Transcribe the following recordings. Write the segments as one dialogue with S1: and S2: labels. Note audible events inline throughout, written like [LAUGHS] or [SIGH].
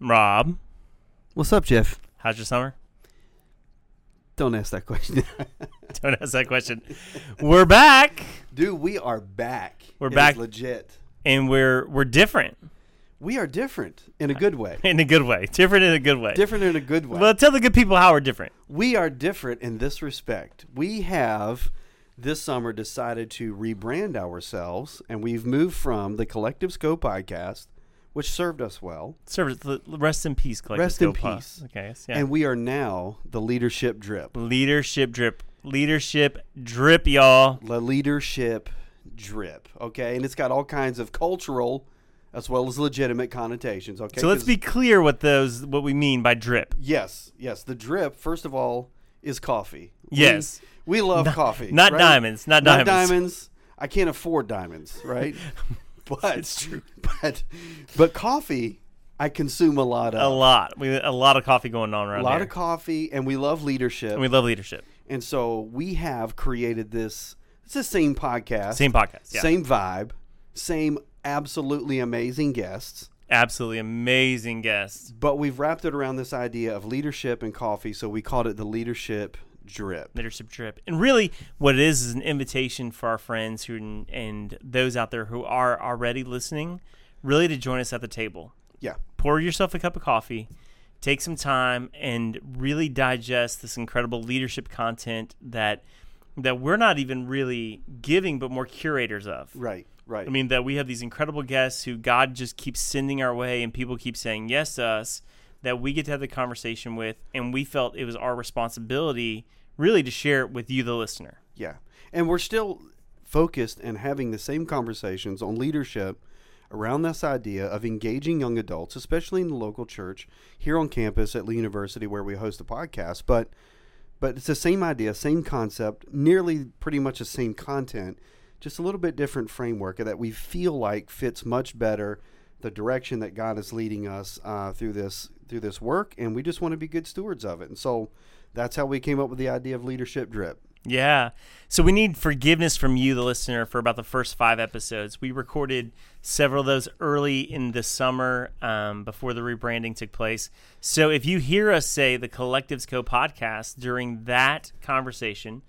S1: Rob,
S2: What's up, Jeff?
S1: how's your summer? [LAUGHS]
S2: Don't ask that question. [LAUGHS]
S1: Don't ask that question. We're back,
S2: Dude, we are back.
S1: We're
S2: It is
S1: back.
S2: legit.
S1: and we're we're different
S2: We are different in a
S1: [LAUGHS]
S2: good way.
S1: in a good way. Different in a good way.
S2: Different in a good way.
S1: Well, tell the good people how we're different.
S2: we are different in this respect. We have this summer decided to rebrand ourselves, and we've moved from the Collective Scope podcast, which served us well,
S1: Service. l- Rest in peace, collective.
S2: Rest in
S1: Scopa.
S2: peace.
S1: Okay. yes, Yeah.
S2: and we are now the Leadership Drip.
S1: leadership drip. Leadership drip, y'all.
S2: The Leadership Drip. Okay, and it's got all kinds of cultural as well as legitimate connotations. Okay,
S1: So let's
S2: 'Cause-
S1: be clear what those what we mean by drip.
S2: Yes, yes. The drip, first of all, is coffee. We-
S1: Yes.
S2: we, love coffee.
S1: not
S2: right?
S1: diamonds, not diamonds.
S2: diamonds. I can't
S1: [LAUGHS]
S2: afford diamonds, right? but it's true. [LAUGHS] But but coffee, I consume a lot
S1: A
S2: of.
S1: lot. We a lot of coffee going on around
S2: a lot
S1: here.
S2: of coffee, and we love leadership,
S1: and we love leadership.
S2: and so we have created this. It's the same podcast,
S1: Same podcast. Yeah.
S2: same vibe, same absolutely amazing guests.
S1: Absolutely amazing guest.
S2: But we've wrapped it around this idea of leadership and coffee, so we called it the leadership drip.
S1: leadership trip. And really, what it is is an invitation for our friends who and those out there who are already listening, really to join us at the table.
S2: Yeah.
S1: Pour yourself a cup of coffee, take some time, and really digest this incredible leadership content that that we're not even really giving, but more curators of.
S2: Right, right.
S1: I mean, that we have these incredible guests who God just keeps sending our way, and people keep saying yes to us that we get to have the conversation with, and we felt it was our responsibility really to share it with you, the listener.
S2: yeah. And we're still focused and having the same conversations on leadership around this idea of engaging young adults, especially in the local church here on campus at Lee University where we host the podcast, but but it's the same idea, same concept, nearly pretty much the same content, just a little bit different framework that we feel like fits much better the direction that God is leading us uh, through this through this work, and we just want to be good stewards of it. And so that's how we came up with the idea of leadership drip.
S1: Yeah. So we need forgiveness from you, the listener, for about the first five episodes. We recorded several of those early in the summer um, before the rebranding took place. So if you hear us say the Collectives Co podcast during that conversation,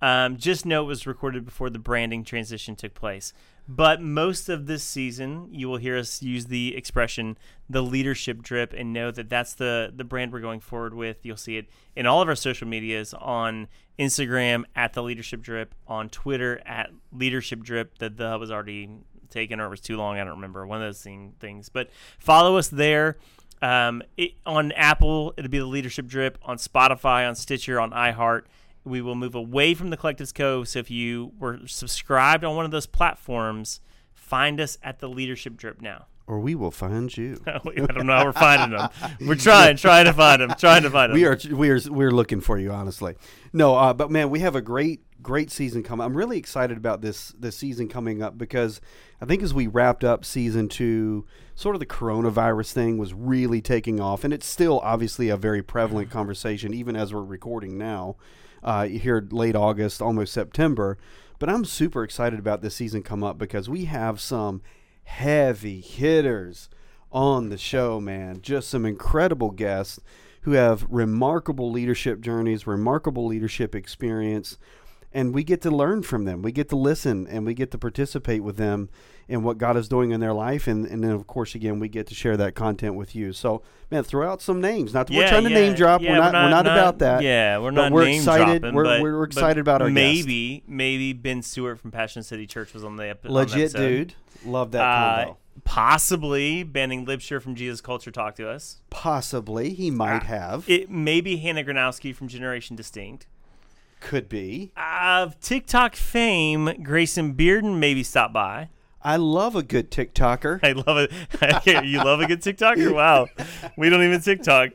S1: um, just know it was recorded before the branding transition took place. But most of this season, you will hear us use the expression "the leadership drip" and know that that's the the brand we're going forward with. You'll see it in all of our social medias on Instagram at the leadership drip, on Twitter at leadership drip. That the was already taken or it was too long. I don't remember one of those thing, things. But follow us there. Um, it, on Apple, it'll be the leadership drip. On Spotify, on Stitcher, on iHeart we will move away from the collectives co so if you were subscribed on one of those platforms find us at the leadership drip now [LAUGHS]
S2: Or we will find you.
S1: i don't know how we're finding them we're trying trying to find them trying to find them
S2: we are we are we're looking for you honestly no uh, but man we have a great great season coming i'm really excited about this this season coming up because i think as we wrapped up season two sort of the coronavirus thing was really taking off and it's still obviously a very prevalent conversation even as we're recording now uh, here late august almost september but i'm super excited about this season come up because we have some heavy hitters on the show, man. Just some incredible guests who have remarkable leadership journeys, remarkable leadership experience, and we get to learn from them. We get to listen and we get to participate with them in what God is doing in their life. And, and then, of course, again, we get to share that content with you. So, man, throw out some names. Not that we're trying to name drop.
S1: yeah,
S2: we're, not, we're not about that.
S1: Yeah, we're
S2: But
S1: not.
S2: we're
S1: name
S2: excited-
S1: Dropping,
S2: we're-
S1: but,
S2: we're
S1: but
S2: excited about our guest.
S1: Maybe, maybe Ben Stewart from Passion City Church was on the ep- on the
S2: Legit
S1: episode.
S2: dude. Love that
S1: Uh,
S2: combo.
S1: possibly Banning Libsher from Jesus Culture talked to us.
S2: Possibly he might have.
S1: uh, It maybe Hannah Granowski from Generation Distinct.
S2: could be.
S1: of TikTok fame, Grayson Bearden maybe stop by. [LAUGHS]
S2: I love a good TikToker.
S1: I love it. [LAUGHS] you love a good TikToker? Wow. We don't even TikTok.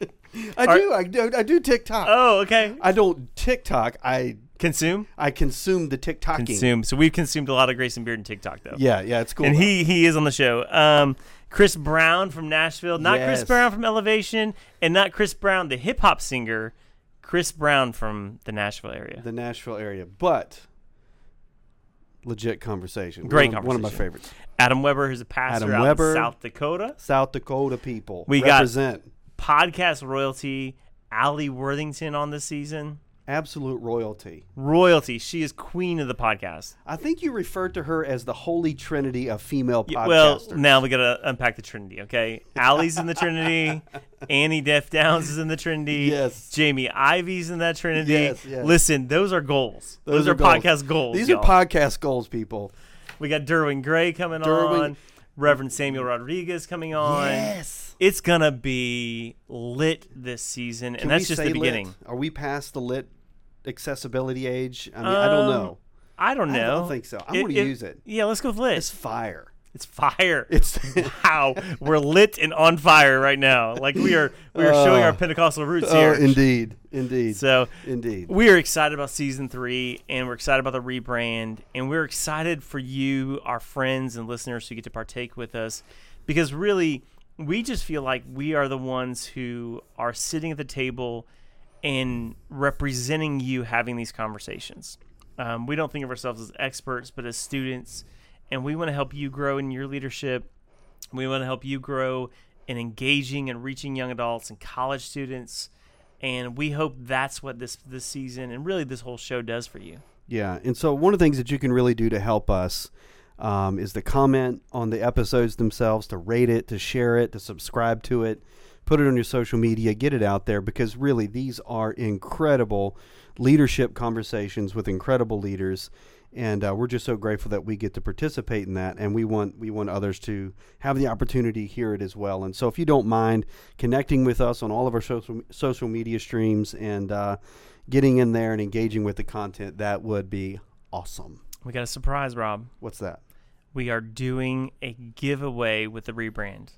S2: I do. I do. I do TikTok.
S1: Oh, okay.
S2: I don't TikTok. I
S1: Consume?
S2: I consume the TikToking.
S1: Consume. So we've consumed a lot of Grayson Bearden TikTok, though.
S2: Yeah, yeah, it's cool.
S1: And
S2: though.
S1: he, he is on the show. Um, Chris Brown from Nashville. Not Chris
S2: Yes.
S1: Brown from Elevation and not Chris Brown, the hip hop singer. Chris Brown from the Nashville area.
S2: the Nashville area, but legit conversation.
S1: Great
S2: one, of- One of my
S1: conversation.
S2: favorites.
S1: Adam Weber, who's a pastor
S2: Adam
S1: out
S2: Weber.
S1: in South Dakota.
S2: South Dakota people
S1: We got-
S2: represent
S1: Podcast royalty, Allie Worthington on this season.
S2: absolute royalty.
S1: Royalty. She is queen of the podcast.
S2: I think you referred to her as the holy trinity of female podcasters.
S1: Well, now we got to unpack the Trinity, okay? Allie's in the
S2: [LAUGHS]
S1: Trinity. Annie Deaf Downs is in the Trinity.
S2: Yes.
S1: Jamie Ivy's in that Trinity.
S2: Yes, yes.
S1: Listen, those are goals. Those, are,
S2: goals.
S1: podcast goals.
S2: These
S1: y'all.
S2: are podcast goals, people.
S1: we got Derwin Gray coming
S2: Derwin-
S1: on, Reverend Samuel Rodriguez coming on.
S2: Yes.
S1: It's going to be lit this season, and
S2: Can
S1: that's
S2: we
S1: just
S2: say
S1: the
S2: lit?
S1: beginning.
S2: Are we past the lit accessibility age? I mean, I don't
S1: Um,
S2: know.
S1: I don't
S2: I
S1: know.
S2: don't think so. I'm gonna use it.
S1: Yeah, let's go with lit.
S2: It's
S1: It's,
S2: fire.
S1: fire.
S2: It's
S1: [LAUGHS] wow, we're lit and on fire right now. Like we are, we are showing our Pentecostal roots
S2: oh,
S1: here.
S2: indeed, indeed,
S1: so
S2: indeed.
S1: we are excited about season three, and we're excited about the rebrand, and we're excited for you, our friends and listeners, who get to partake with us, because really, we just feel like we are the ones who are sitting at the table and representing you, having these conversations. Um, we don't think of ourselves as experts, but as students, and we want to help you grow in your leadership. We want to help you grow in engaging and reaching young adults and college students. And we hope that's what this this season and really this whole show does for you.
S2: Yeah, and so one of the things that you can really do to help us um, is to comment on the episodes themselves, to rate it, to share it, to subscribe to it, put it on your social media, get it out there because really these are incredible leadership conversations with incredible leaders, and uh, we're just so grateful that we get to participate in that, and we want we want others to have the opportunity to hear it as well. And so if you don't mind connecting with us on all of our social social media streams and uh, getting in there and engaging with the content, that would be awesome.
S1: We got a surprise, Rob.
S2: What's that?
S1: We are doing a giveaway with the rebrand.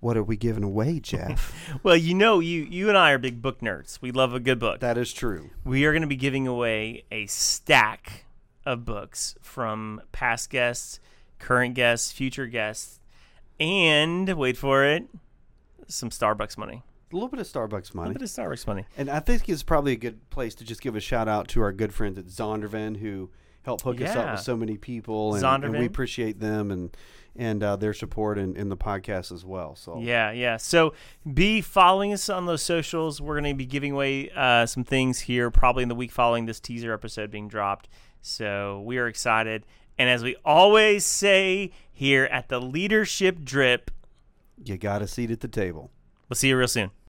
S2: What are we
S1: [LAUGHS]
S2: giving away, Jeff?
S1: Well, you know, you you and I are big book nerds. We love a good book.
S2: that is true.
S1: we are going to be giving away a stack of books from past guests, current guests, future guests, and wait for it, some Starbucks money.
S2: A little bit of Starbucks
S1: A
S2: money.
S1: bit of Starbucks money.
S2: And I think it's probably a good place to just give a shout out to our good friends at Zondervan who help hook us up
S1: Yeah.
S2: with so many people. And, and we
S1: Zondervan.
S2: appreciate them and and uh, their support in, in the podcast as well. So
S1: Yeah, yeah. So be following us on those socials. We're going to be giving away uh, some things here probably in the week following this teaser episode being dropped. So we are excited. And as we always say here at the Leadership Drip,
S2: you got a seat at the table.
S1: we'll see you real soon.